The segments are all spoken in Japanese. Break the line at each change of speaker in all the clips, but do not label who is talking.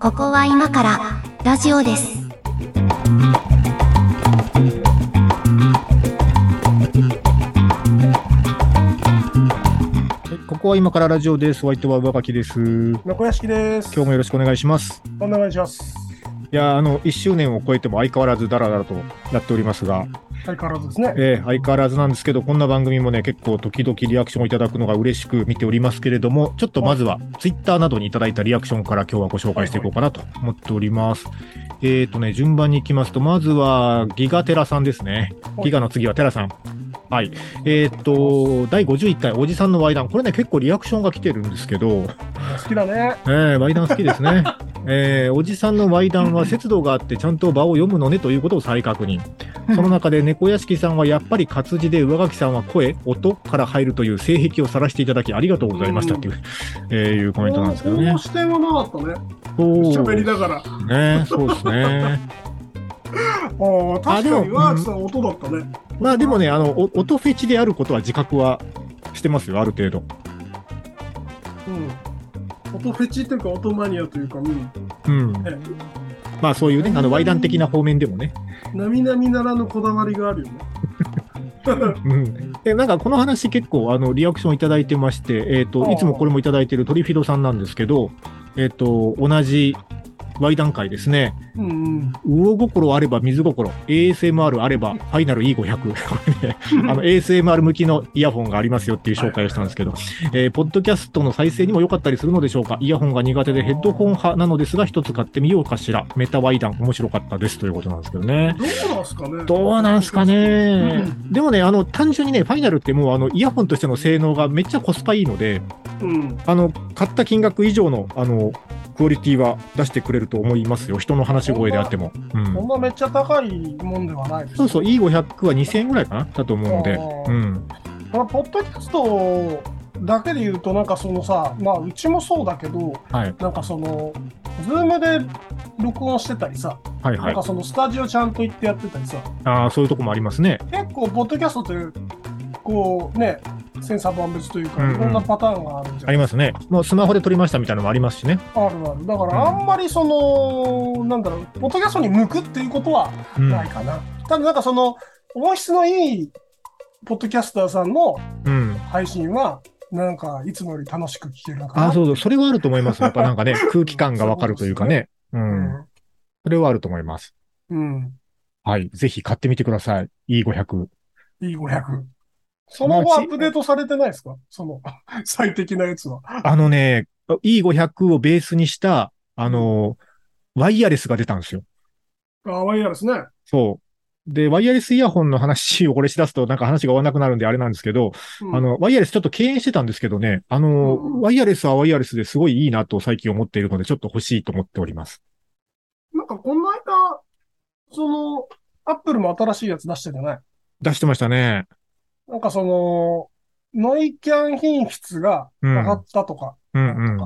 ここは今からラジオです。
はいここは今からラジオです。ホワイトは若木です。今
猫屋敷です。
日もよろしくお願いします。
お願いします。
いやー、あの、1周年を超えても相変わらずダラダラとなっておりますが、
相変わらずですね。
えー相変わらずなんですけど、こんな番組もね、結構時々リアクションをいただくのが嬉しく見ておりますけれども、ちょっとまずは、ツイッターなどにいただいたリアクションから今日はご紹介していこうかなと思っております。えーとね、順番に行きますと、まずは、ギガテラさんですね。ギガの次はテラさん。はい。えーと、第51回、おじさんのワイダン。これね、結構リアクションが来てるんですけど、
好きだね。
ええワイダン好きですね。 えーおじさんのワイダンは節度があってちゃんと場を読むのねということを再確認。その中で猫屋敷さんはやっぱり活字で上垣さんは声、音から入るという性癖を晒していただきありがとうございましたっていう、えーいうコメントなんですけど
こ
ね
の。視点はなかったね。
そう
喋り
で
ながら。あ
すね。そうですね。
あー、
あで
確
も
かにワークさん音だったね。
まあでもね、あの、お音フェチであることは自覚はしてますよ、ある程度。
うん。音フェチというか音マニアというか、うん。
うん。
ね
まあそういうね、あの、ワイダン的な方面でもね。
並々ならぬこだわりがあるよね。
うん、でなんかこの話結構あのリアクションいただいてまして、えー、
あ
と
あ
いつもこれもいただいてるトリフィドさんなんですけど、えー、と同じ Y 段階ですね
うんうん。
魚心あれば水心 ASMR あればファイナル E500 これねあの ASMR 向きのイヤホンがありますよっていう紹介をしたんですけど、えーポッドキャストの再生にも良かったりするのでしょうかイヤホンが苦手でヘッドホン派なのですが一つ買ってみようかしらメタ Y 段面白かったですということなんですけどね
どうなんすかね。
どうなんすかね、でもね、あの単純にね、ファイナルってもうあのイヤホンとしての性能がめっちゃコスパいいので、
うん。
あの買った金額以上のあのクオリティは出してくれると思いますよ、人の話し声であっても。う
こん
ん、
なめっちゃ高いもんではないです。
そうそう、E500 は2000円ぐらいかな、だと思うので、
あー
うん、
このポッドキャストだけで言うと、なんかそのさ、まあうちもそうだけど、
はい、
なんかその、ズームで録音してたりさ、
はい、は
ないんか。そのスタジオちゃんと行ってやってたりさ、
ああ、そういうとこもありますね。
結構、ポッドキャストって、こうね、千差万別という
うん
か、
うん
いろんなパターンがあるんじ
あ
ゃな
り
い、
ますね。もうスマホで撮りましたみたいなのもありますしね。
あるある。だから、あんまりその、なんだろう、ポッドキャストに向くっていうことは
うん、
ないかな。ただ、なんかその、音質のいいポッドキャスターさんの
うん。
配信は、なんか、いつもより楽しく聞けるのかな。
ああ、そうそう、それはあると思います。やっぱ なんかね、空気感がわかるというかね。う。
うんん。
それはあると思います。
うん。
はい。ぜひ買ってみてください。E500。
E500。
そ
そ
のう
の
ち
後アップデートされてないですかその、 最適なやつは。
あのね、E500 をベースにした、あの、ワイヤレスが出たんですよ。
あ、ワイヤレスね。
そう。で、ワイヤレスイヤホンの話をこれしだすとなんか話が終わらなくなるんであれなんですけど、
うん
あ、の、ワイヤレスちょっと敬遠してたんですけどね、あの、
うん
ワイヤレスはワイヤレスですごいいいなと最近思っているので、ちょっと欲しいと思っております。
なんかこの間、その、アップルも新しいやつ出しててない。
出してましたね。
なんかその、ノイキャン品質が
うん
上がったとか。
うんうん。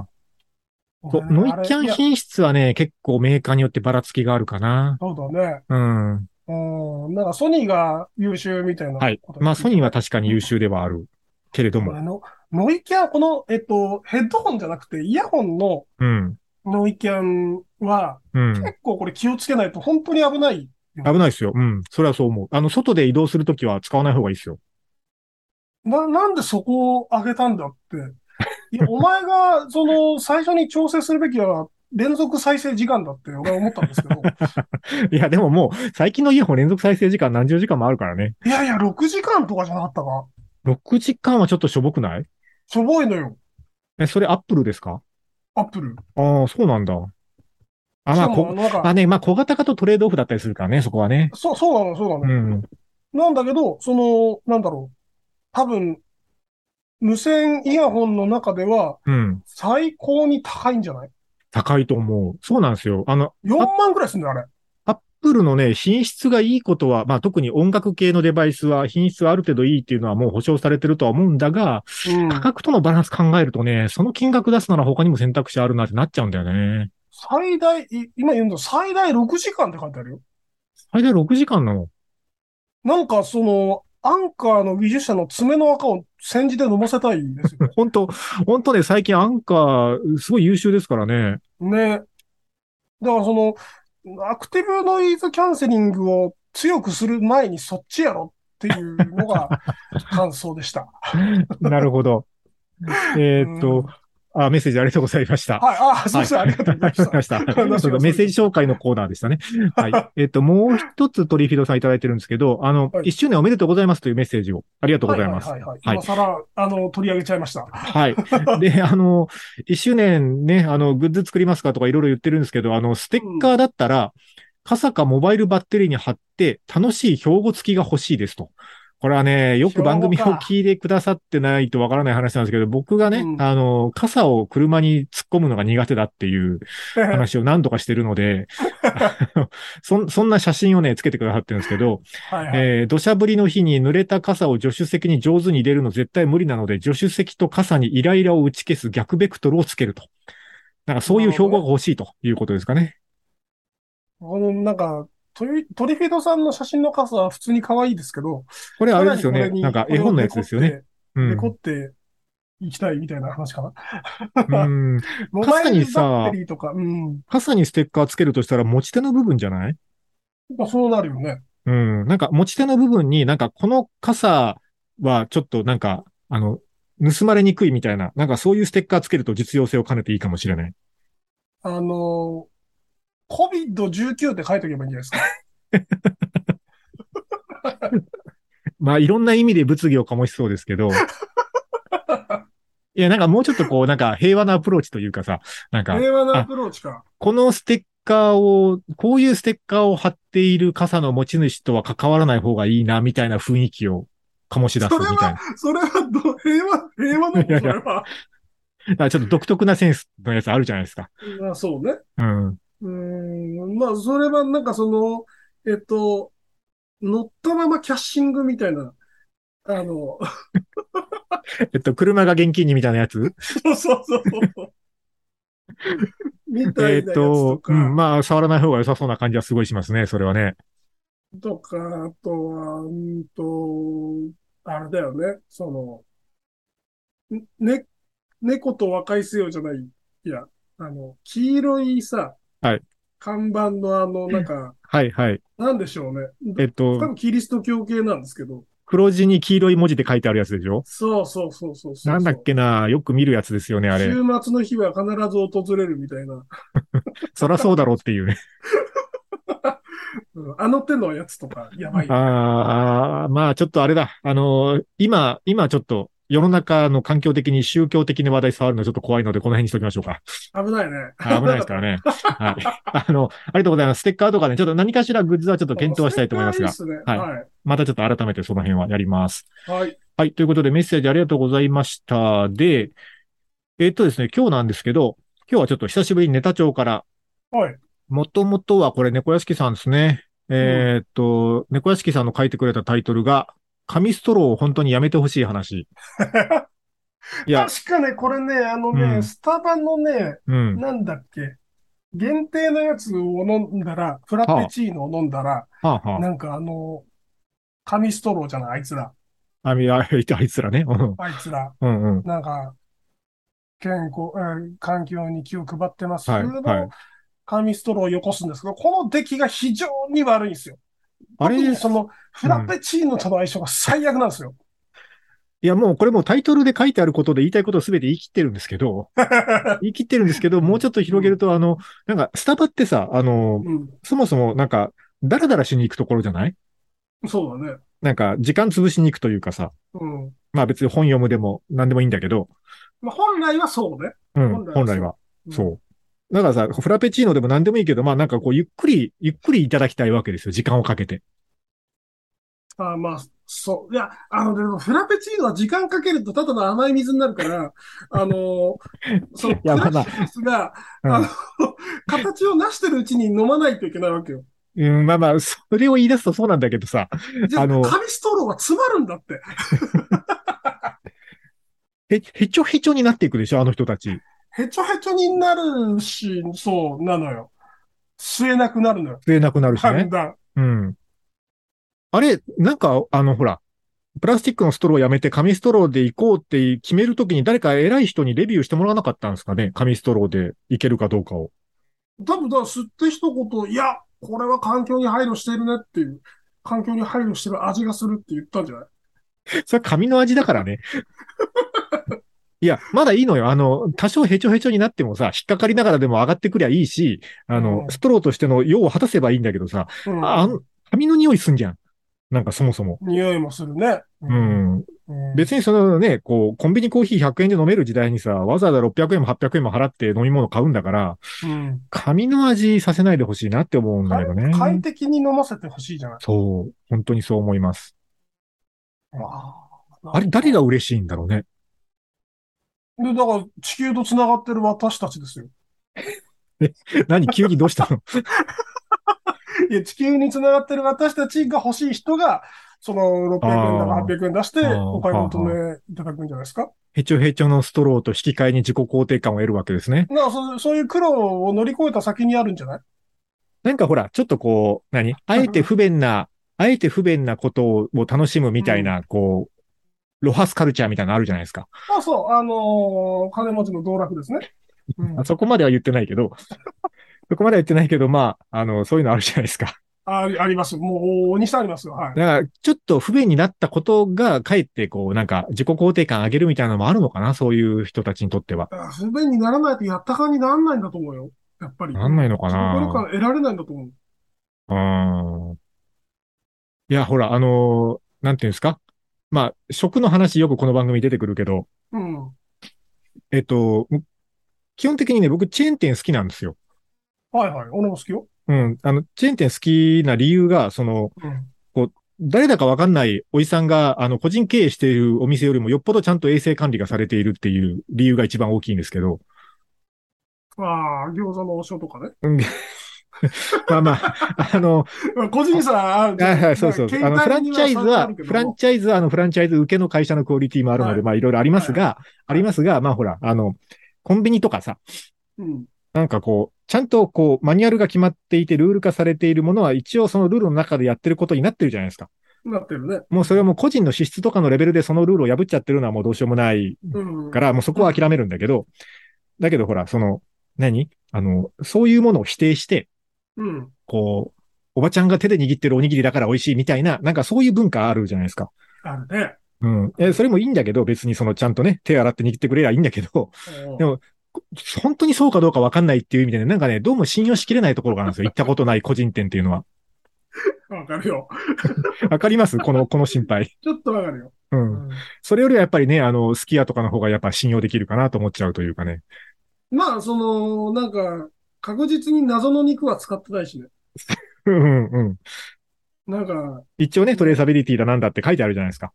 そうノイキャン
質
品質はね、結構メーカーによってばらつきがあるかな。
そうだね。
うん。
うん。なんかソニーが優秀みたいな
はい
こと。
まあ、ソニーは確かに優秀ではあるけれど
これ
も。
のノイキャン、この、えっと、ヘッドホンじゃなくて、イヤホンの
うん。
ノイキャンは、
うん。
結構これ気をつけないと本当に危ない。
危ないですよ。うん。それはそう思う。あの、外で移動するときは使わない方がいいですよ。
な、なんでそこを上げたんだって。いや、お 前が、その、最初に調整するべきは、連続再生時間だって、俺は思ったんですけど、
いや、でももう、最近のイヤホン連続再生時間何十時間もあるからね。
いやいや、6時間とかじゃなかったか。
6時間はちょっとしょぼくない
しょぼいのよ、
え、それアップルですか
アップル。
ああ、そうなんだ。あ、
し
まあ、
かも、
こ、
なん
まあ
か、
ね、まあ小型化とトレードオフだったりするからね、そこはね。
そう、そうなの、そうな
う
の。
ん。
なんだけど、その、なんだろう。多分、無線イヤホンの中では、
うん。
最高に高いんじゃない
高いと思う。そうなんですよ。あの、
?4 万ぐらいすんだよ、あれ。
アップルのね、品質がいいことは、まあ特に音楽系のデバイスは品質はある程度いいっていうのはもう保証されてるとは思うんだが、
うん
価格とのバランス考えるとね、その金額出すなら他にも選択肢あるなってなっちゃうんだよね。
最大、い今言うんだ、最大6時間って書いてあるよ。
最大6時間なの。
なんかその、アンカーの技術者の爪の赤を煎じで飲ませたいんですよ。
本当本当ね、最近アンカー、すごい優秀ですからね。
ね。だからその、アクティブノイズキャンセリングを強くする前にそっちやろっていうの が感想でした。
なるほど。 えーっと、あ、メッセージありがとうございました。
はい、あ、すいません、ありがとうございました。
ました。 そうかメッセージ紹介のコーナーでしたね。はい。えっと、もう一つ鳥フィドさんいただいてるんですけど、あの、
はい
1周年おめでとうございますというメッセージをありがとうございます。
はいはいは
は
いはいい、今更、あの、取り上げちゃいました。
はい。で、あの、1周年ね、あの、グッズ作りますかとかいろいろ言ってるんですけど、あの、ステッカーだったら、傘かモバイルバッテリーに貼って、楽しい標語付きが欲しいですと。これはね、よく番組を
標語か
聞いてくださってないとわからない話なんですけど、僕がね、
うん
あの、傘を車に突っ込むのが苦手だって いう
は
話を何度かしてるので、あのそんそんな写真をね、つけてくださってるんですけど、
いはい。
えー土砂降りの日に濡れた傘を助手席に上手に入れるの絶対無理なので、助手席と傘にイライラを打ち消す逆ベクトルをつけると。なんかそういう標語が欲しいということですかね。
この、なんか、トリトリフィードさんの写真の数は普通に可愛いですけど、
これあれですよ
さら
ね。
にこれに
なんか絵本のやつですよね。。う
これを
ん
デコって、デコっていきたいみたいな話かな。
うん。
モ
確
バ
か
イ
に
ル
さ
バッテリーとか、うん。
傘にステッカーつけるとしたら持ち手の部分じゃない
まあ、そうなるよね。
うん。なんか持ち手の部分になんかこの傘はちょっとなんか、あの、盗まれにくいみたいな、なんかそういうステッカーつけると実用性を兼ねていいかもしれない。
あのー、COVID-19 って書いとけばいいんじゃないですか。
まあ、いろんな意味で物議を醸しそうですけ ど。いや、なんかもうちょっとこう、なんか平和なアプローチというかさ、なんか、
平和なアプローチか。
このステッカーを、こういうステッカーを貼っている傘の持ち主とは関わらない方がいいな、みたいな雰囲気を醸し出すみたいな。
それはど、平和、平和なの
いやい
そ
や
れは。
だからちょっと独特なセンスのやつあるじゃないですか。
まあ、そうね。
うん。
うーん。まあ、それはなんかその、えっと、乗ったままキャッシングみたいな、あの、
えっと、車が現金にみたいなやつ
そうそうそう そう。みた
え
い
っ
なやつと
と、
か、
うん、まあ、触らない方が良さそうな感じはすごいしますね、それはね。
とか、あとは、うんと、あれだよね、その、んね、猫と和解せよじゃない、いや、あの、黄色いさ、
はい
看板のあの、なんか、
はいはい。
なんでしょうね。
えっ
多
と、
分キリスト教系なんですけど、
黒字に黄色い文字で書いてあるやつでしょ
そうそうそうそうそう。
なんだっけな、よく見るやつですよね、あれ
週。末の日は必ず訪れるみたいな、
そらそうだろうっていう ね。
うんあの手のやつとか、やばい。
あーあー、まあちょっとあれだ。あのー今、今ちょっと世の中の環境的に宗教的な話題触るのちょっと怖いので、この辺にしときましょう か。
危ないね。
あー危ないですからね。はい。あの、ありがとうございます。ステッカーとかね、ちょっと何かしらグッズはちょっと検討したいと思い ますが、
それく
は
ら
い
いですね。
またちょっと改めてその辺はやります。
はい。はい。
はい。ということでメッセージありがとうございました。で、えっとですね、今日なんですけど、今日はちょっと久しぶりにネタ帳から、
はい。
もともとはこれ、猫屋敷さんですね。えーっと、猫屋敷さんの書いてくれたタイトルが、紙ストローを本当にやめてほしい 話。いや、
確かね、これね、あのね、
うん
スタバのね、
うん。
なんだっけ、限定のやつを飲んだら、フラペチーノを飲んだら、
はあは
なんかあの、紙ストローじゃない、あいつら。
あ。あみ あいあいつらね。うん
あいつら。
うんうん。
なんか、健康、えー環境に気を配ってます。
はい
の
はい
紙ストローをよこすんですけど、この出来が非常に悪いんですよ。
あれ
特にその、フラペチーノとの相性が最悪なんですよ。
いや、もうこれもうタイトルで書いてあることで言いたいことをすべて言い切ってるんですけ ど、言い切ってるんですけど、もうちょっと広げると、あの、なんか、スタバってさ、あの、
う
そもそもなんか、ダラダラしに行くところじゃない
ん、そうだね。
なんか、時間潰しに行くというかさ、
うん。
まあ別に本読むでも何でもいいんだけど、
まあ、本来はそうね。
うん、本
本
来
来
は
は。
そう。だからさ、フラペチーノでも何でもいいけど、まあなんかこう、ゆっくり、ゆっくりいただきたいわけですよ。時間をかけて。
あまあ、そう。いや、あの、でも、フラペチーノは時間かけるとただの甘い水にな るから、あの、その、
いやまあまあ
クラッシュですが、
うん
あの、形をなしてるうちに飲まないといけないわけよ。
うん、まあまあ、それを言い出すとそうなんだけどさ。
じゃ
あ
あ、
の
紙ストローは詰まるんだって。
へ、へちょへちょになっていくでしょ、あの人たち。
へちょへちょになるし、そうなのよ。吸えなくなるのよ。
吸えなくなるし
だん
ね。
だん。
うん。あれ、なんか、あの、ほら、プラスチックのストローをやめて紙ストローで行こうって決めるときに誰か偉い人にレビューしてもらわなかったんですかね紙ストローで行けるかどうかを。
多分、だから吸って一言、いや、これは環境に配慮してるねっていう、環境に配慮してる味がするって言ったんじゃない
それは紙の味だからね。 いや、まだいいのよ。あの、多少ヘチョヘチョになってもさ、引っかかりながらでも上がってくりゃいいし、あの、
うん
ストローとしての用を果たせばいいんだけどさ、
うん
ああの、紙の匂いすんじゃん。なんかそもそも。
匂いもするね。
うん。
うん
別にそのね、こう、コンビニコーヒー100円で飲める時代にさ、わざわざ600円も800円も払って飲み物買うんだから、
うん
紙の味させないでほしいなって思うんだけどね。
快適に飲ませてほしいじゃない。
そう。本当にそう思います。
あ
あれ、誰が嬉しいんだろうね。
で、だから地球と繋がってる私たちですよ。
何急にどうしたの
いや、地球に繋がってる私たちが欲しい人が、その600円だ
あー
か800円出して
あー
お買い求めいただくんじゃないですか。
ヘチョヘチョのストローと引き換えに自己肯定感を得るわけですね。
だからそそういう苦労を乗り越えた先にあるんじゃない
なんかほら、ちょっとこう、何あえて不便な、あえて不便なことをを楽しむみたいな、こう、ロハスカルチャーみたいなのあるじゃないですか。
あそう、あのー金持ちの道楽ですね。うん
あそこまでは言ってないけど、 そこまでは言ってないけど、まあ、あの、そういうのあるじゃないですか。
ありあります。もう、大西さんありますよ。はい。
だから、ちょっと不便になったことが、かえってこう、なんか、自己肯定感上げるみたいなのもあるのかなそういう人たちにとっては。
あ不便にならないとやった感にならないんだと思うよ。やっぱり。
なんないのか
自己
な
効果得られないんだと思う。
うーん。いや、ほら、あのーなんていうんですかまあ、食の話よくこの番組出てくるけど、
うん。は
えっと、基本的にね、僕、チェーン店好きなんですよ。
いはい。俺も好きよ。
うん。あの、チェーン店好きな理由が、その、
うん。
誰だかわかんないおじさんが、あの、個人経営しているお店よりもよっぽどちゃんと衛生管理がされているっていう理由が一番大きいんですけど、
ああ、餃子の王将とかね。
うんまあまあ、あの、
個人差ある
はいはいそうそう。
まあ
あの、フランチャイズは、
携帯に
フラン
差
チャイズは、あの、フランチャイズ受けの会社のクオリティもあるので、
はい
まあ、いろいろありますが、ありますが、まあ、ほら、あの、コンビニとかさ、
あるけども
なんかこう、ちゃんとこう、マニュアルが決まっていて、ルール化されているものは、一応そのルールの中でやってることになってるじゃないですか。
うん。なってるね。
もうそれはもう個人の資質とかのレベルでそのルールを破っちゃってるのはもうどうしようもない
うん。
から、もうそこは諦めるんだけど、だけどほら、その、何あの、そういうものを否定して、
うん。
こう、おばちゃんが手で握ってるおにぎりだから美味しいみたいな、なんかそういう文化あるじゃないですか。
あるね。
うん。え、それもいいんだけど、別にそのちゃんとね、手洗って握ってくれりゃいいんだけど、
うん
でも本当にそうかどうかわかんないっていう意味でね、なんかね、どうも信用しきれないところがあるん ですよ。行ったことない個人店っていうのは。
わかるよ。
わかりますこの、この心配。
ちょっとわかるよ。
う。
うんん
それよりはやっぱりね、あの、スキヤとかの方がやっぱ信用できるかなと思っちゃうというかね。
まあ、その、なんか、確実に謎の肉は使ってないしね。
うんうんうん。
なんか、
一応ね、トレーサビリティだなんだって書いてあるじゃないですか。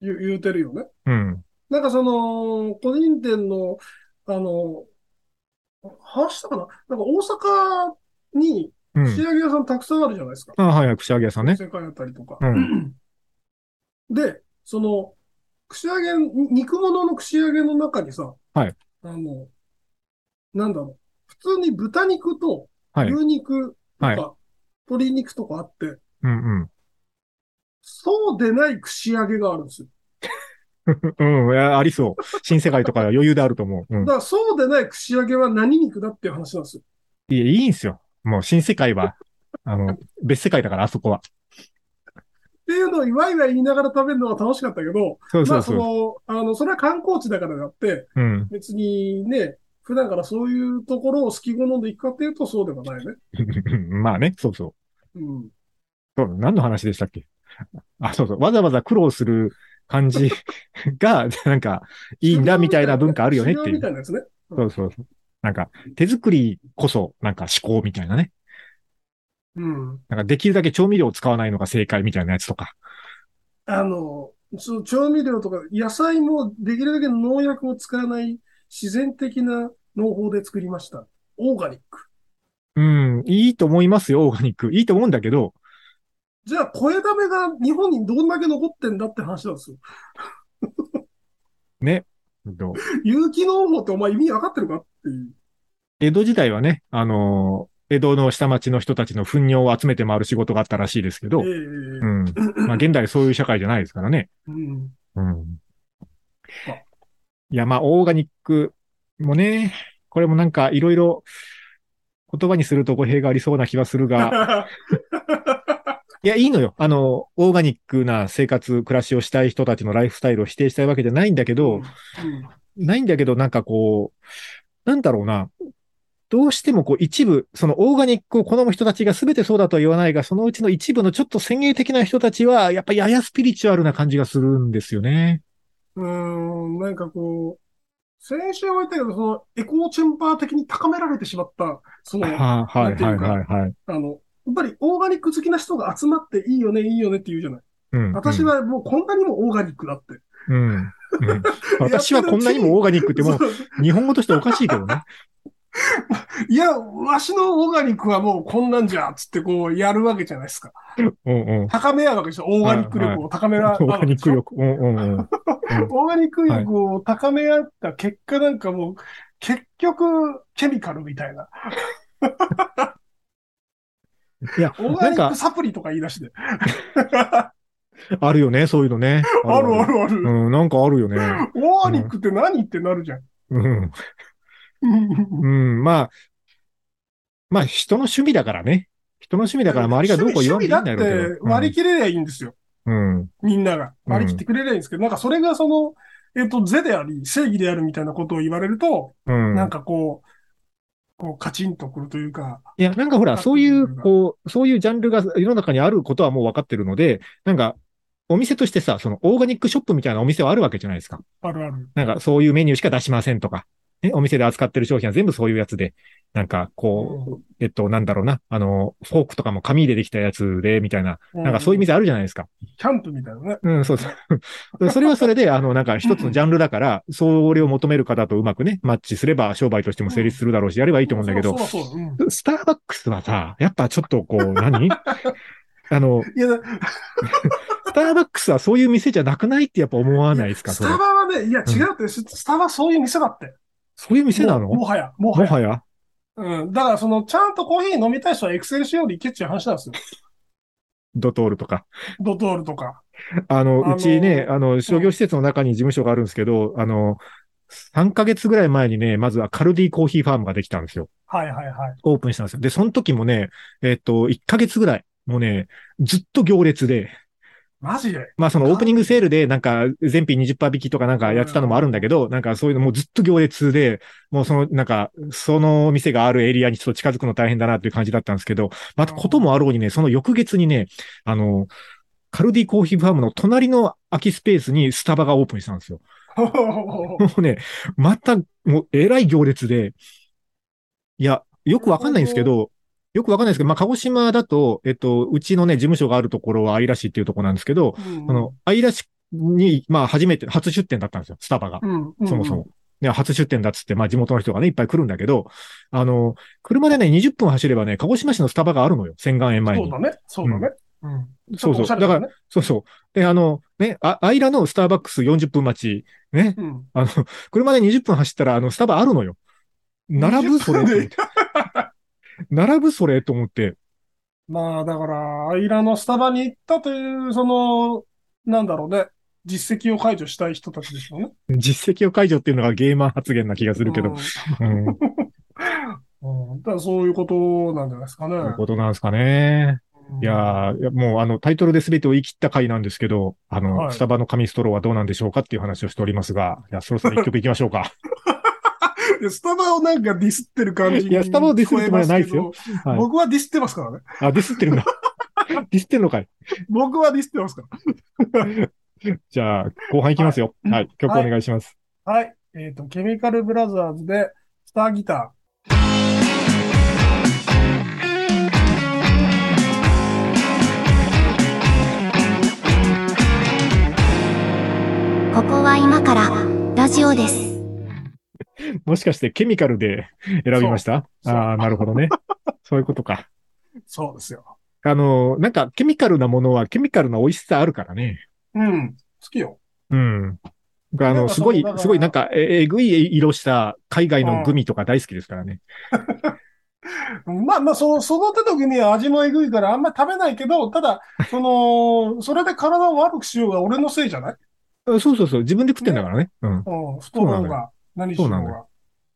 言う言うてるよね。
うん。
なんかその、個人店の、あの、話したかななんか大阪に、
う
仕
ん。
上げ屋さんたくさんあるじゃないですか。
あ、はいはい、串揚げ屋さんね。
世界あったりとか。
うん
で、その、串揚げ、に肉物の串揚げの中にさ、
はい
あの、なんだろう、普通に豚肉と
はい
牛肉と
はい
か鶏肉とかあって、
うん
そうでない串揚げがあるんですよ。
うん。うん、いやありそう。新世界とかは余裕であると思 う。うん
だか。らそうでない串揚げは何肉だっていう話なんですよ。
いや、いいんすよ。もう新世界は、あの、別世界だから、あそこは。
っていうのをワイワイ言いながら食べるのは楽しかったけど、
そうそう
まあ
そ。
そうの、あの、それは観光地だからであって、
うん。
別にね、普段からそういうところを好き好んで行くかっていうとそうではないね。
まあね、そうそう。
うん。
そう何の話でしたっけあ、そうそう。わざわざ苦労する感 じが、なんか、いいんだみたいな文化あるよねって
修
い
行み
う。
たいなやつね。
そうそうそう。なんか、手作りこそ、なんか思考みたいなね。
うん。
なんか、できるだけ調味料を使わないのが正解みたいなやつとか。
あの、その調味料とか、野菜もできるだけ農薬を使わない自然的な農法で作りました。オーガニック。
うん、いいと思いますよ、オーガニック。いいと思うんだけど、
じゃあ、小枝めが日本にどんだけ残ってんだって話なんですよ。
えっと
有機農法ってお前意味わかってるかっていう。
江戸時代はね、あの江戸の下町の人たちの糞尿を集めて回る仕事があったらしいですけど、
ええ
うん。まあ、現代そういう社会じゃないですからね。
うん。
うん
あ。
いや、まあ、オーガニックもね、これもなんかいろいろ言葉にすると語弊がありそうな気はするが、 いや、いいのよ。あの、オーガニックな生活、暮らしをしたい人たちのライフスタイルを否定したいわけじゃないんだけど、
うん
ないんだけど、なんかこう、なんだろうな。どうしてもこう一部、そのオーガニックを好む人たちが全てそうだとは言わないが、そのうちの一部のちょっと先鋭的な人たちは、やっぱややスピリチュアルな感じがするんですよね。
うーん、なんかこう、先週も言ったけど、そのエコーチェンバー的に高められてしまった、その、
は
あ
はいはいはいはい。
の、やっぱりオーガニック好きな人が集まっていいよね、いいよねって言うじゃない。
うん、
私はもうこんなにもオーガニックだって。
うん、 うん。うん私はこんなにもオーガニックっても
そう
う日本語としておかしいけど ね。
いや、わしのオーガニックはもうこんなんじゃ、つってこうやるわけじゃないですか。
うんうん。
高め合うわけでしょ。オーガニック力を高め
オ
ら、
ーガニック
力。
力。うんうんうん。
オーガニック力を高め合った結果なんかもう、結局、ケミカルみたいな。
いや、
オーガ
なん
ニッ
か
クサプリとか言い出して。
あるよね、そういうのね。
あるあ。るある。
うん、なんかあるよね。
オーガニックって何ってなるじゃん。
うん。うん、まあ、まあ人の趣味だからね。人の趣味だから周りがどうこう言わんでいいんだろうけど。
趣味だって割り切れりゃいいんです
う
よ。
んうん。
みんなが。割り切ってくれりゃいいんですけど、なんかそれがその、えっ、と、是であり、正義であるみたいなことを言われると、
うん。
なんかこう、こうカチンとくるというか、
いや、なんかほら、そういう、こう、そういうジャンルが世の中にあることはもう分かってるので、なんか、お店としてさ、そのオーガニックショップみたいなお店はあるわけじゃないですか。
あるある。
なんかそういうメニューしか出しませんとか。ね、お店で扱ってる商品は全部そういうやつで、なんか、こう、えっと、なんだろうな、あの、フォークとかも紙でできたやつで、みたいな、なんかそういう
味
店あるじゃないですか。
キャンプみたいなね。
うん、そう そう。それはそれで、あの、なんか一つのジャンルだから、それを求める方とうまくね、マッチすれば商売としても成立するだろうし、やればいいと思うんだけど、
そうそうそううん
スターバックスはさ、やっぱちょっとこう、 何あの、
いや、
スターバックスはそういう店じゃなくないってやっぱ思わないですか、
ス
それ
タ。バはね、いや、違うって、ススタバそういう店だって。
そういう店なの
もうも
も
はや、もはや。
はや。
うん。だから、その、ちゃんとコーヒー飲みたい人はエクセルしようでいけっちゅう話なんですよ。
ドトールとか。
ドトールとか。
あの、
あの
うちね、あの、商業施設の中に事務所があるんですけど、あの、3ヶ月ぐらい前にね、まずはカルディコーヒーファームができたんですよ。
はいはいはい。
オープンしたんですよ。で、その時もね、えっと、1ヶ月ぐらい、もうね、ずっと行列で、
マジで。
まあそのオープニングセールでなんか全品20%引きとかなんかやってたのもあるんだけど、なんかそういうのもうずっと行列で、もうそのなんか、その店があるエリアにちょっと近づくの大変だなっていう感じだったんですけど、またこともあろうにね、その翌月にね、あの、カルディコーヒーファームの隣の空きスペースにスタバがオープンしたんですよ。 もうね、また、もう、えらい行列で、いや、よくわかんないんですけど、よくわかんないですけど、まあ、鹿児島だと、えっと、うちのね、事務所があるところは愛らしいっていうところなんですけど、
うん
あの、愛らしに、まあ、初めて、初出店だったんですよ、スタバが。
うん、うん
そもそも。。で、初出店だっつって、まあ、地元の人がね、いっぱい来るんだけど、あの、車でね、20分走ればね、鹿児島市のスタバがあるのよ、千岩園前
そ
に
う。だね。そうだね。うん。
そうそう。だから、
ら、
そうそう。で、あの、ね、あ、愛らのスターバックス40分待ち、ね、
うん。
あの、車で20分走ったら、あの、スタバあるのよ。並ぶそれと思っ
20分
て。並ぶそれと思って。
まあ、だから、アイラのスタバに行ったという、その、なんだろうね。実績を解除したい人たちでしょうね。
実績を解除っていうのがゲーマー発言な気がするけ
うん
ど。うん。と、
うん。だからそういうことなんじゃないですかね。
いうことなんですかね。いやーいやもうあの、タイトルで全てを言い切った回なんですけど、あの、
はい
スタバの紙ストローはどうなんでしょうかっていう話をしておりますが、いや、そろそろ一曲いきましょう か。
いやスタバをなんかディスってる感じ
いやスタバをディスるつもりはないですよ
聞こえますけど
はい
僕はディスってますからね。
あ、ディスってるんだ。ディスってるのかい。
僕はディスってますから。
じゃあ、後半いきますよ。はい、曲お願いします。
はい。えっ、と、ケミカルブラザーズで、スターギタ
ここは今からラジオです。
もしかして、ケミカルで選びました
そう
ああ、なるほどね。そういうことか。
ー。そうですよ。
あの、なんか、ケミカルなものは、ケミカルな美味しさあるからね。
うん。好きよ。
うん。僕あ
なん
の、
か
すごい
そうだか、ら
すごいなんか、ええぐい色した海外のグミとか大好きですからね。
まあまあ、その、育てた時には味もえぐいからあんまり食べないけど、ただ、その、 それで体を悪くしようが俺のせいじゃない
そうそうそう、自分で食ってんだからね。うん。
うん、太
そう
ろう
なの
が、何しよう
そうなの
が。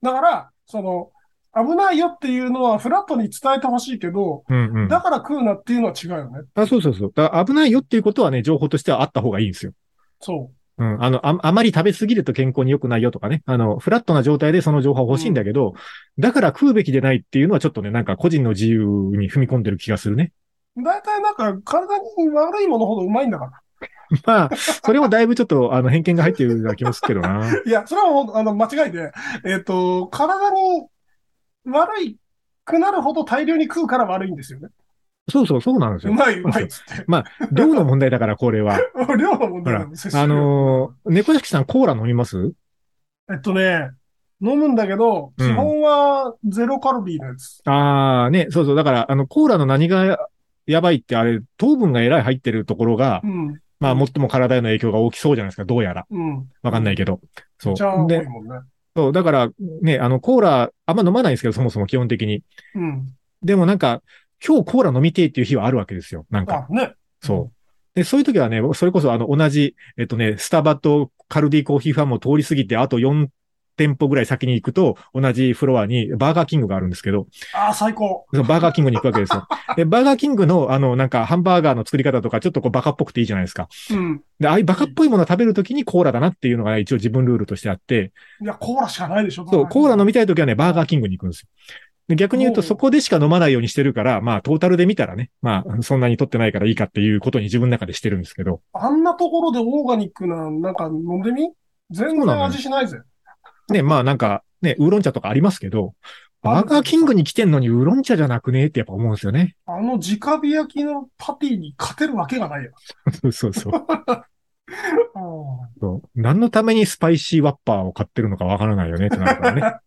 だから、その、危ないよっていうのはフラットに伝えてほしいけど、
うんうん。
だから食うなっていうのは違うよね。
あそうそうそう。だから危ないよっていうことはね、情報としてはあった方がいいんですよ。
そ
うん。あの、あ、あまり食べ過ぎると健康に良くないよとかね。あの、フラットな状態でその情報欲しいんだけど、だから食うべきでないっていうのはちょっとね、なんか個人の自由に踏み込んでる気がするね。
う。大体なんか体に悪いものほどうまいんだから。
まあ、それもだいぶちょっと、あの、偏見が入ってるような気もするけどな。
いや、それはもう、あの、間違いで、えっと、体に悪いくなるほど大量に食うから悪いんですよね。
そうそう、そうなんです
う
よ。
まい、うまいっつって。
量の問題だから、これは。
量の問
ほ
題な
ら
んです、よ
あのー猫屋敷さんコーラ飲みます
えっとね、飲むんだけど、
うん
基本はゼロカロリーのやつ。
ああ、ね、そうそう。だから、あの、コーラの何がやばいって、あれ、糖分がえらい入ってるところが、
うん、
まあ、最も体への影響が大きそうじゃないですか、どうやら。
うん。
わかんないけど。そ
めっちゃ
う。
多い
で、
もんね。
そう、だから、ね、あの、コーラ、あんま飲まないんですけど、そもそも基本的に。
うん。
でもなんか、今日コーラ飲みてえっていう日はあるわけですよ。なんか。
あ、ね。
そう。で、そういう時はね、それこそあの同じ、えっとね、スタバとカルディコーヒーファームを通り過ぎて、あと4店舗ぐらい先に行くと、同じフロアにバーガーキングがあるんですけど、
あ、最高。
そのバーガーキングに行くわけです よ。で、バーガーキングのあの、なんかハンバーガーの作り方とか、ちょっとこうバカっぽくていいじゃないですか。
うん。
で、ああいうバカっぽいものを食べるときにコーラだなっていうのが一応自分ルールとしてあって、
いや、コーラしかないでしょ。
そう、コーラ飲
み。
みたいときはね、バーガーキングに行くんですよ。で逆に言うと、
おう
そこでしか飲まないようにしてるから、まあ、トータルで見たらね、まあ、そんなに取ってないからいいかっていうことに自分の中でしてるんですけ ど、
あんなところでオーガニックな、なんか飲んでみ全
そうなの
然
よ
味しないぜ。
ね、まあなんか、ね、ウーロン茶とかありますけど、
あ
バーガーキングに来てんのにウーロン茶じゃなくねえってやっぱ思うんですよね。
あの直火焼きのパティに勝てるわけがないよ。
そうそうそう
うん
そう。何のためにスパイシーワッパーを買ってるのかわからないよねってなるからね。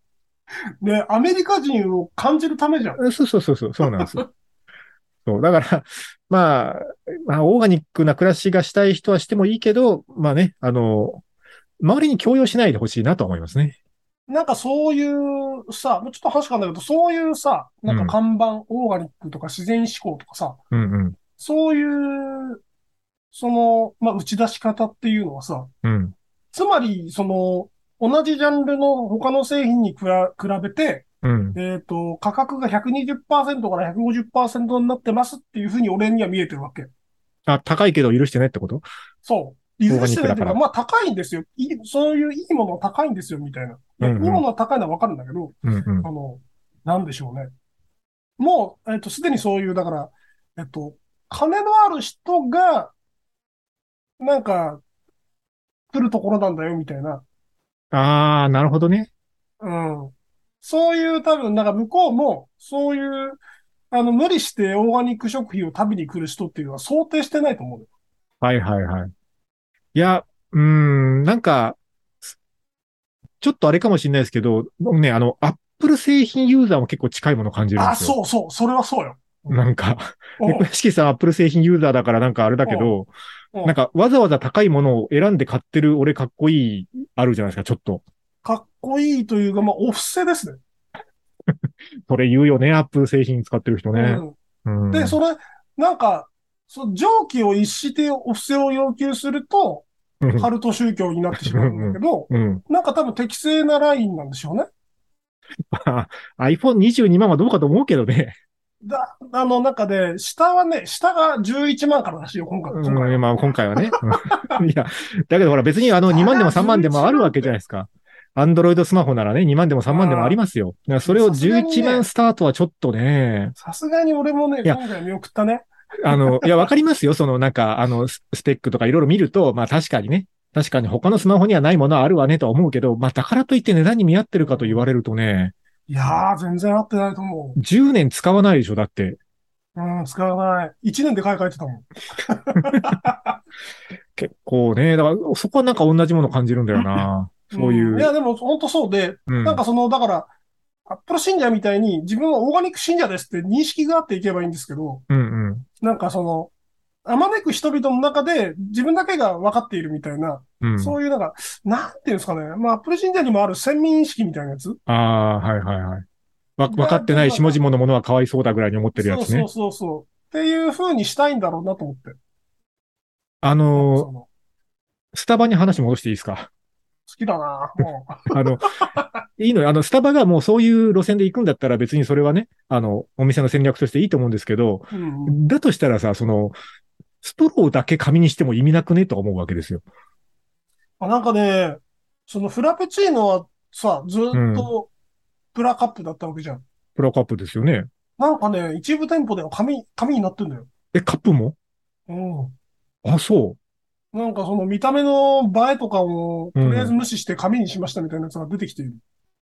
ね、アメリカ人を感じるためじゃん。
そうそうそうそう、そうなんですよ。そう。だから、まあ、まあ、オーガニックな暮らしがしたい人はしてもいいけど、まあね、あの、周りに強要しないでほしいなと思いますね。
なんかそういうさ、ちょっと話変わるんだけど、そういうさ、なんか看板、オーガニックとか自然志向とかさ、
うんうん。
そういう、その、まあ、打ち出し方っていうのはさ、
うん。
つまり、その、同じジャンルの他の製品にくら比べて、
うん。
えっと、価格が120%から150%になってますっていうふうに俺には見えてるわけ。
あ、高いけど許してねってこと
そう。リフレッシュレート
オーガニックだから
が、まあ高いんですよ。いいそういういいものは高いんですよ、みたいな。いや
う
いい
んうん
ものは高いのはわかるんだけど、
うんうん。
あの、なんでしょうね。もう、えっと、すでにそういう、だから、えっと、金のある人が、なんか、来るところなんだよ、みたいな。
ああ、なるほどね。
うん。そういう、多分、なんか向こうも、そういう、あの、無理してオーガニック食品を食べに来る人っていうのは想定してないと思うよ。
はいはいはい。いや、うーん、なんか、すちょっとあれかもしれないですけど、僕ね、あの、アップル製品ユーザーも結構近いもの感じるんで
あ、
すよ。
そうそう、それはそうよ。
なんか、
うん
猫屋敷さんアップル製品ユーザーだからなんかあれだけど、
うん
なんかわざわざ高いものを選んで買ってる俺かっこいい、あるじゃないですか、ちょっと。
かっこいいというか、まあ、お布施ですね。
それ言うよね、アップル製品使ってる人ね
う。ん。
うん。
で、それ、なんか、そ上記を逸してお布施を要求すると、
うん
カルト宗教になってしまうんだけど、
うん。
なんか多分適正なラインなんでしょうね。
iPhone22 万はどうかと思うけどね。
だ、あの中で、下はね、下が11万かららしいよ、今回。今回
うん、まあ今回はね。うんいや、だけどほら別にあの2万でも3万 でもあるわけじゃないですか。アンドロイドスマホならね、2万でも3万でもありますよ。だからそれを
さすがにね
11万スタートはちょっとね、
さすがに俺もね、
いや
今回見送ったね。
あの、いや、わかりますよ。そのなんか、あの、ススペックとかいろいろ見ると、まあ確かにね、確かに他のスマホにはないものはあるわねとは思うけど、まあだからといって値段に見合ってるかと言われるとね、
いやー、全然合ってないと思
10年使わないでしょ、だって。
う。うん、使わない。1年で買い替えてたもん。
結構ね、だからそこはなんか同じもの感じるんだよ な。そうい
んいや、
う。
でも本当そうで、
うん
なんかその、だから、アップル信者みたいに自分はオーガニック信者ですって認識があっていけばいいんですけど、
うんうん。
なんかその、あまねく人々の中で自分だけが分かっているみたいな、
うん、
そういうなんか、なんていうんですかね、まあ、アップル信者にもある先民意識みたいなやつ
ああ、はいはいはい。わ、分かってない下々のものはかわいそうだぐらいに思ってるやつ
そ
ね
う。そうそうそう。っていう風にしたいんだろうなと思って。
あ
そ
のー、
の
スタバに話戻していいですか
好きだなもう。
あの、いいのよ。あの、スタバがもうそういう路線で行くんだったら別にそれはね、あの、お店の戦略としていいと思うんですけど、
うん うん
だとしたらさ、その、ストローだけ紙にしても意味なくねとは思うわけですよ。
あなんかね、そのフラペチーノはさ、ずっとプラカップだったわけじゃん。
プラカップですよね。
なんかね、一部店舗では紙、紙になってんだよ。
え、カップも
う
あ、そ
ん。なんかその見た目の映えとかを、
う
と
ん
りあえず無視して紙にしましたみたいなやつが出てきている。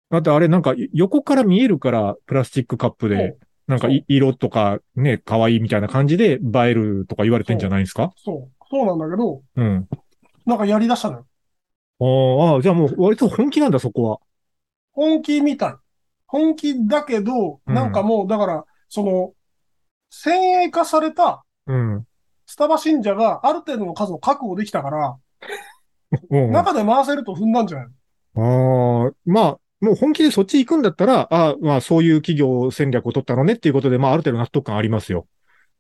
う。だってあれなんかよ横から見えるからプラスチックカップで、なんかい色とかね、可愛いみたいな感じで映えるとか言われてんじゃないですか
そう。そうなんだけど、
うん。
なんかやり出したのよ。
あーあー、じゃあもう割と本気なんだ、そこは。
本気みたい。本気だけど、
うん
なんかもう、だから、その、先鋭化された
うん。
スタバ信者がある程度の数を確保できたから、
うん、
中で回せると踏んだんじゃない
ああ、まあ、もう本気でそっち行くんだったら、ああ、まあそういう企業戦略を取ったのねっていうことで、まあある程度納得感ありますよ。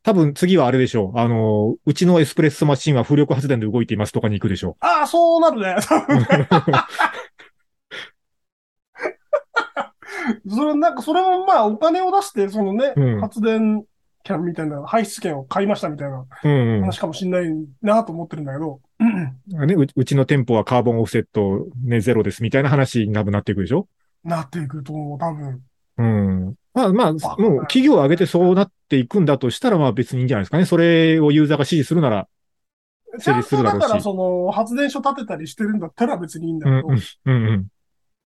多分次はあれでしょう。あの、うちのエスプレッソマシンは風力発電で動いていますとかに行くでしょ
ああ、そうな るね。それ、なんか、それもまあ、お金を出して、そのね、
うん
発電権みたいな、排出権を買いましたみたいな
う。うん、
話かもしんないなと思ってるんだけど、
うんねう。うちの店舗はカーボンオフセット、ね、ゼロですみたいな話に多分なっていくでしょ
なっていくと思う、多分。
うん。まあまあ、もう
か
企業を挙げてそうなっていくんだとしたら、まあ別にいいんじゃないですかね。それをユーザーが支持するなら。
ち
成
ゃん
立する
と
だ
だ
ろうし
から、その、発電所建てたりしてるんだったら別にいいんだ
う
け
ん
ど、
うん。うんうん。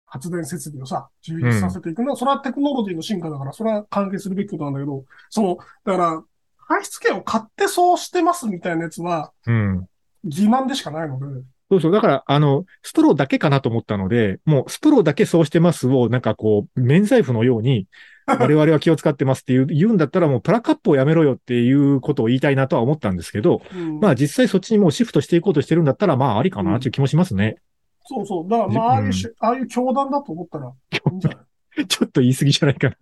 発電設備をさ、充実させていくのは、それはテクノロジーの進化だから、それは関係するべきことなんだけど、その、だから、排出権を買ってそうしてますみたいなやつは、
うん。
欺瞞でしかないので、
そうそう。だから、あの、ストローだけかなと思ったので、もう、ストローだけそうしてますを、なんかこう、免罪符のよう に、我々は気を使ってますっていう、言うんだったら、もう、プラカップをやめろよっていうことを言いたいなとは思ったんですけど、
うん
まあ、実際そっちにもうシフトしていこうとしてるんだったら、まあ、ありかなっていう気もしますね。
そうそう。だから、まあ、ああいうし、ああいう教団だと思ったら、いいんじゃ ない
ちょっと言い過ぎじゃない かな。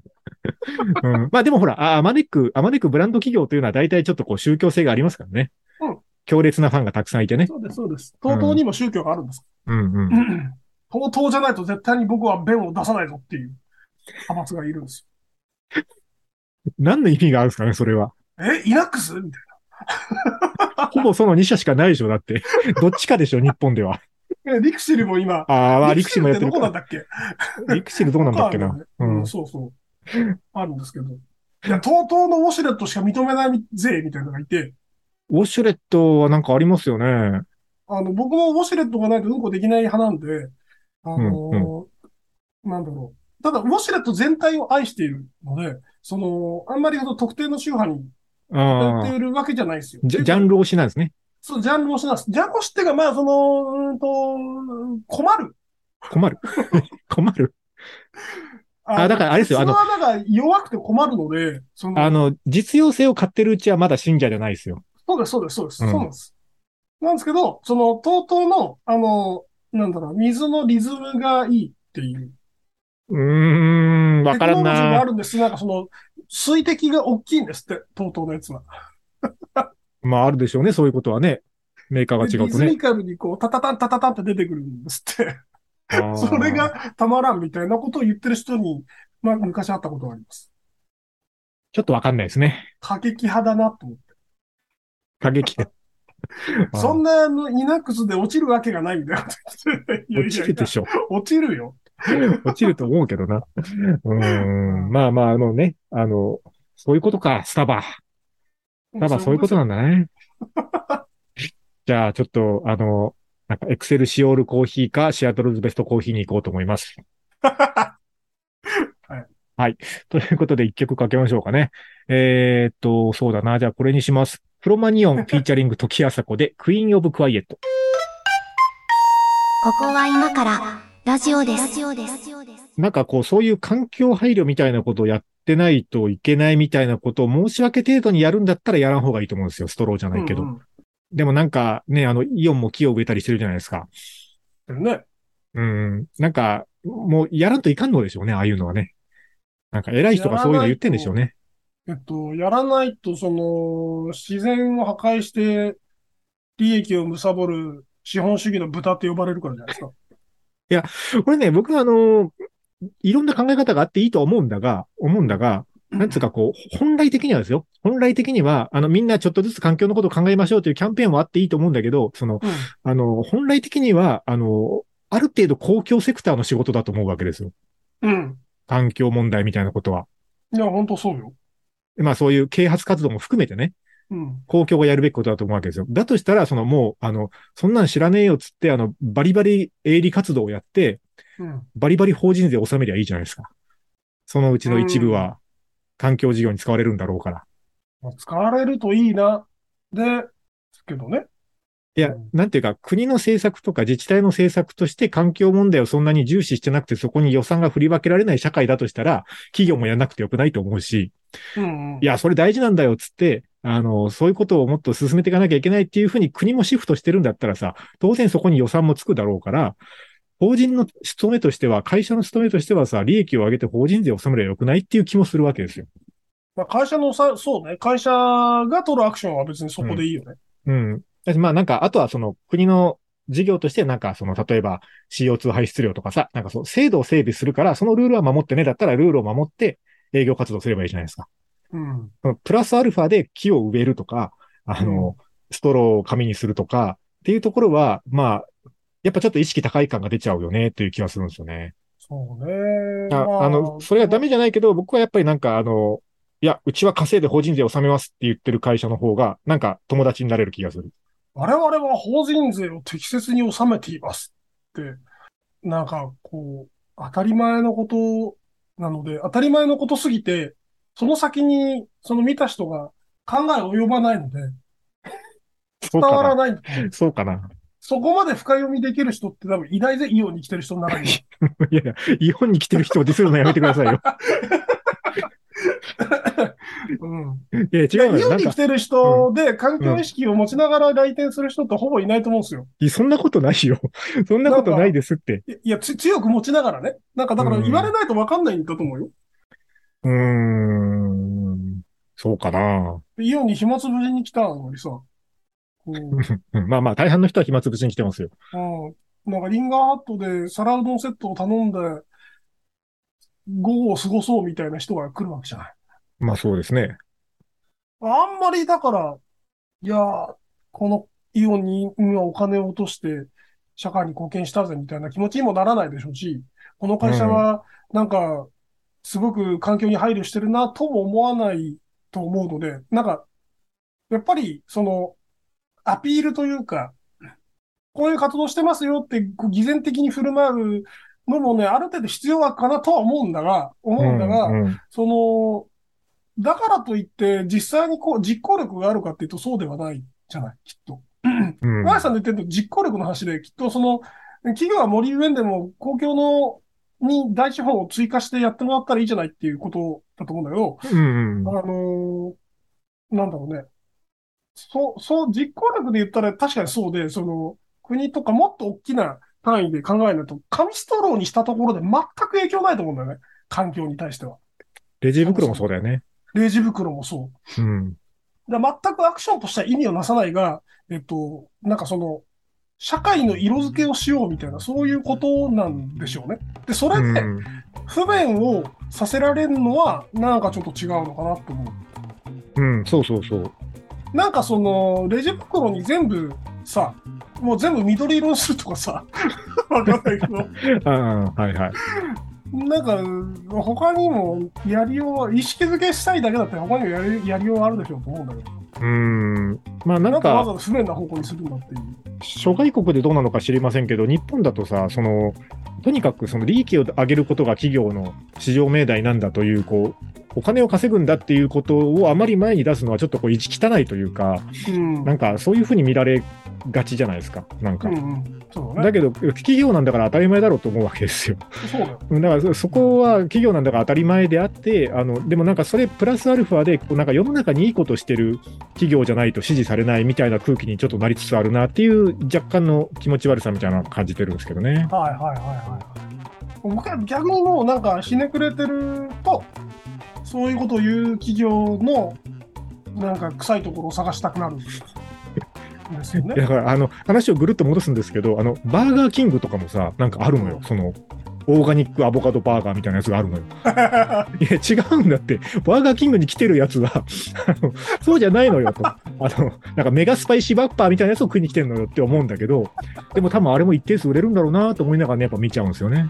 うん、まあ、でもほら、あアマネック、アマネックブランド企業というのは、大体ちょっとこう、宗教性がありますからね。
うん
強烈なファンがたくさんいてね。
そうです、そうです。東東にも宗教があるんです。
うんうん。
東東じゃないと絶対に僕は弁を出さないぞっていう派閥がいるんです
何の意味があるんですかね、それは。
よ。え、イラックスみたい
ほぼその2社しかないでしょ、だ って。どっちかでしょ、日本では。
な。え、リクシルも今、
ああ、まあ、
リ
リ
ク
ク
シ
シ
ル
ルもやっ
っ
ててる
どこ
か
なんだっけ
ら。リクシルどうなんだっけ
わ
な。
かんいうねうんん、。そうそう。あるんですけど。いや、東東のウォシュレットしか認めない税みたいなのがいて、
ウォシュレットはなんかありますよね。
あの、僕もウォシュレットがないとうんこできない派なんで、あ
うん
のーなんだろう。ただ、ウォシュレット全体を愛しているので、その、あんまりその特定の宗派に
あ
偏っ
あ
ているわけじゃないですよ。
ジャジャンル推しなんですね。
そう、ジャンルをしなんです。ジャンルを知ってが、まあ、その、うーんと、困る。
困 る。困る。
あの
だからあれですよあの
それはなんか弱くて困るので、その、
あの、実用性を買ってるうちはまだ信者じゃないですよ。
そうです、そうです、そうです。
うん
そうなんです。なんですけど、その、TOTO の、あの、なんだろう、水のリズムがいいっていう。
うーん、わからん
テクノロジーがあ
な。
るんです。なんかその、水滴が大きいんですって、TOTO のやつは。
まあ、あるでしょうね、そういうことはね。メーカーが
で
違う
リ
と
ズ
ね
ミ。カルにこう、タタタンタタタンって出てくるんですって。
あー
それ。がたまらんみたいなことを言ってる人に、まあ、昔会ったことがあります。
ちょっとわかんないですね。
過激派だなと思って。
過 激が。あー
そんな、あの、イナックスで落ちるわけがないみたいなこと言ってて。いやいや
落ちるでしょ。
落ちるよ。
落ちると思うけどな。うーん。まあまあ、あのね、あの、そういうことか、スタバ。スタバそういうことなんだね。じゃあ、ちょっと、あの、なんか、エクセルシオールコーヒーか、シアトルズベストコーヒーに行こうと思い ます。
い
はい。ということで、一曲かけましょうかね。えー、っと、そうだな。じゃあ、これにします。プロマニオ ンフィーチャリング時あさこで、クイーンオブクワイエット。
ここは今からラジオです。ラジオです。
なんかこう、そういう環境配慮みたいなことをやってないといけないみたいなことを申し訳程度にやるんだったらやらん方がいいと思うんですよ。ストローじゃないけど。
うんうん
でもなんかね、あの、イオンも木を植えたりしてるじゃないですか。
ね。
うん。なんか、もうやらんといかんのでしょうね、ああいうのはね。なんか偉い人がそういうの言ってんでしょうね。
えっと、やらないと、その、自然を破壊して、利益を貪る資本主義の豚って呼ばれるからじゃないですか。
これね、僕はあの、いろんな考え方があっていいとは思うんだが、思うんだが、 なんつうかこう、本来的にはですよ。本来的には、あの、みんなちょっとずつ環境のことを考えましょうというキャンペーンはあっていいと思うんだけど、その、
うん
あの、本来的には、あの、ある程度公共セクターの仕事だと思うわけですよ。
うん。
環境問題みたいなことは。
いや、本当そうよ。
まあそういう啓発活動も含めてね、
うん。
公共がやるべきことだと思うわけですよ。だとしたら、そのもう、あの、そんなん知らねえよっつって、あの、バリバリ営利活動をやって、
うん。
バリバリ法人税を納めりゃいいじゃないですか。そのうちの一部は、環境事業に使われるんだろうから。
まあ使われるといいな。で、ですけどね。
いや
うん、
なんていうか、国の政策とか自治体の政策として環境問題をそんなに重視してなくて、そこに予算が振り分けられない社会だとしたら、企業もやらなくてよくないと思うし、
うん、うん。
いや、それ大事なんだよ、つって、あの、そういうことをもっと進めていかなきゃいけないっていうふうに国もシフトしてるんだったらさ、当然そこに予算もつくだろうから、法人の務めとしては、会社の務めとしてはさ、利益を上げて法人税を納めればよくないっていう気もするわけですよ。
まあ、会社のさ、そうね。会社が取るアクションは別にそこでいいよね。
うん。だしまあなんか、あとはその国の事業としてなんかその、例えば CO2 排出量とかさ、なんかそう、制度を整備するから、そのルールは守ってね、だったらルールを守って営業活動すればいいじゃないですか。
うん。
そのプラスアルファで木を植えるとか、あの、ストローを紙にするとか、っていうところは、まあ、やっぱちょっと意識高い感が出ちゃうよね、という気がするんですよね。
そうね。
あ
まあ
あの、それがダメじゃないけど、僕はやっぱりなんかあの、いや、うちは稼いで法人税を納めますって言ってる会社の方が、なんか友達になれる気がする。
我々は法人税を適切に納めていますって、なんかこう、当たり前のことなので、当たり前のことすぎて、その先にその見た人が考え及ばないので、
そう
伝
か
わ
な。
らない。
そうかな。
そこまで深読みできる人って多分いないぜ、イオンに来てる人の中 に。
いやいや、日本に来てる人をディスるのやめてください よ。
うん。
いや、違
いや、
うの
イ
よ。
オ
なん
ンに
か
来、てる人で環境意識を持ちながら来店する人ってほぼいないと思うんですよ。
いやそんなことないよ。そんなことないですって。
いやいや、つ強く持ちながらね。なんかだから
うん
言われないと分かんないんだと思うよ。
うーん。そうかな。
でイオンに暇つぶしに来たのにさ、こう、
うんまあまあ、大半の人は暇つぶしに来てますよ。
うん。なんかリンガーハットで皿うどんセットを頼んで、午後を過ごそうみたいな人が来るわけじゃない。
まあそうですね。
あんまりだから、いやー、このイオンに今お金を落として、社会に貢献したぜみたいな気持ちにもならないでしょうし、この会社は、なんか、すごく環境に配慮してるなとも思わないと思うので、なんか、やっぱり、その、アピールというか、こういう活動してますよって、こう偽善的に振る舞うのもね、ある程度必要はかなとは思うんだが、思うんだが、
うんうん
その、だからといって、実際にこう、実行力があるかっていうと、そうではないじゃない、きっと。
うん
マヤさんで言ってると、実行力の話で、きっとその、企業は森上でも、公共の、に大資本を追加してやってもらったらいいじゃないっていうことだと思うんだけど、
うんうん
あのーなんだろうね。そう、そう、実行力で言ったら確かにそうで、その、国とかもっと大きな単位で考えると、紙ストローにしたところで全く影響ないと思うんだよね。環境に対しては。
レジ袋もそうだよね。
レジ袋もそう。
うん。
だから全くアクションとしては意味をなさないが、えっと、なんかその、社会の色付けをしようみたいな、そういうことなんでしょうね。で、それ
う
で
ん
不便をさせられるのは、なんかちょっと違うのかなと思
うん、そうそうそう。
う。なんかその、レジ袋に全部さ、もう全部緑色にするとかさ、 わかんないけど、
ああ、はいはい。
なんか、他にもやりようは、意識づけしたいだけだったら他にもやりやりようはあるでしょうと思うんだけど、
うん。まあな
なんんか
か、
わざわざ不便な方向にするんだっていう。
諸外国でどうなのか知りませんけど、日本だとさ、その、とにかくその利益を上げることが企業の市場命題なんだという、こう、お金を稼ぐんだっていうことをあまり前に出すのはちょっとこう、意地汚いというか、
うん。
なんかそういうふうに見られがちじゃないですか、なん
う
か
ん。うん、そうだ
だ
ね。
けど、企業なんだから当たり前だろうと思うわけですよ。
そうだよ。
だからそそこは企業なんだから当たり前であって、あのでもなんかそれプラスアルファで、こうなんか世の中にいいことしてる企業じゃないと支持されないみたいな空気にちょっとなりつつあるなっていう、若干の気持ち悪さみたいなのを感じてるんですけどね。
はいはいはいはい。僕は逆にもうなんかひねくれてると、そういうことを言う企業の、なんか臭いところを探したくなるんですよ
いや
ね。
だからあの話をぐるっと戻すんですけどあのバーガーキングとかもさなんかあるのよそのオーガニックアボカドバーガーみたいなやつがあ るのよ。いや違うんだってバーガーキングに来てるやつはあのそうじゃないのよとあのなんかメガスパイシーバッパーみたいなやつを食いに来てるのよって思うんだけどでも多分あれも一定数売れるんだろうなと思いながらねやっぱ見ちゃうんですよね。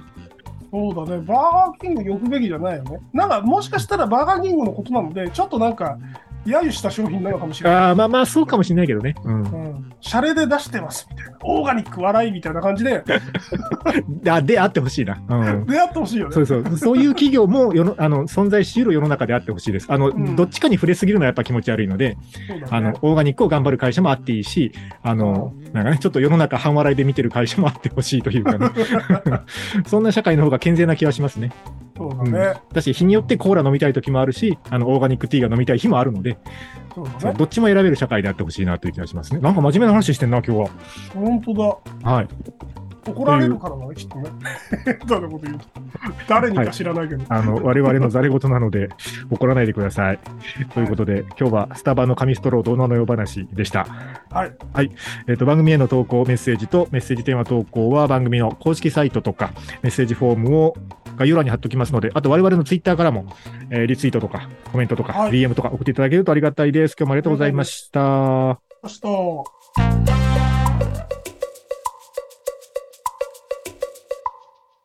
そうだね、バーガーキングよくべきじゃないよね。なんかもしかしたらバーガーキングのことなので、ちょっとなんか、揶揄した商品なのかもしれない。
あーまあまあそうかもしれないけどね。うん
うん、シャレで出してますみたいな、オーガニック笑いみたいな感じで、
あであってほしいな。うん
出会ってほしいよね
そ。うそうそういう企業も世のあの存在しうる世の中であってほしいですあの、
うん
どっちかに触れすぎるのはやっぱ気持ち悪いので、
そうだね
あのオーガニックを頑張る会社もあっていいしあの、なんかね、ちょっと世の中半笑いで見てる会社もあってほしいというか ねそんな社会の方が健全な気はしますね。
そう
うん
だね。
だし日によってコーラ飲みたい時もあるしあのオーガニックティーが飲みたい日もあるので
そう
そ
だ
う
ね。
どっちも選べる社会であってほしいなという気がしますね。なんか真面目な話してんな今日
本当だ。
は。はい、
怒られるからな、きっとね。 変なこと言うと。誰にか知らないけど。
あの我々のざれ言なの で怒らないでください。ということで今日はスタバの紙ストローどうなのよ話でした。
はい。
えっと番組への投稿メッセージとメッセージテーマ投稿は番組の公式サイトとかメッセージフォームを概要欄に貼っときますのであと我々のツイッターからも、えーリツイートとかコメントとか
はい
DM とか送っていただけるとありがたいです今日もありがとうございました。
明
「
日。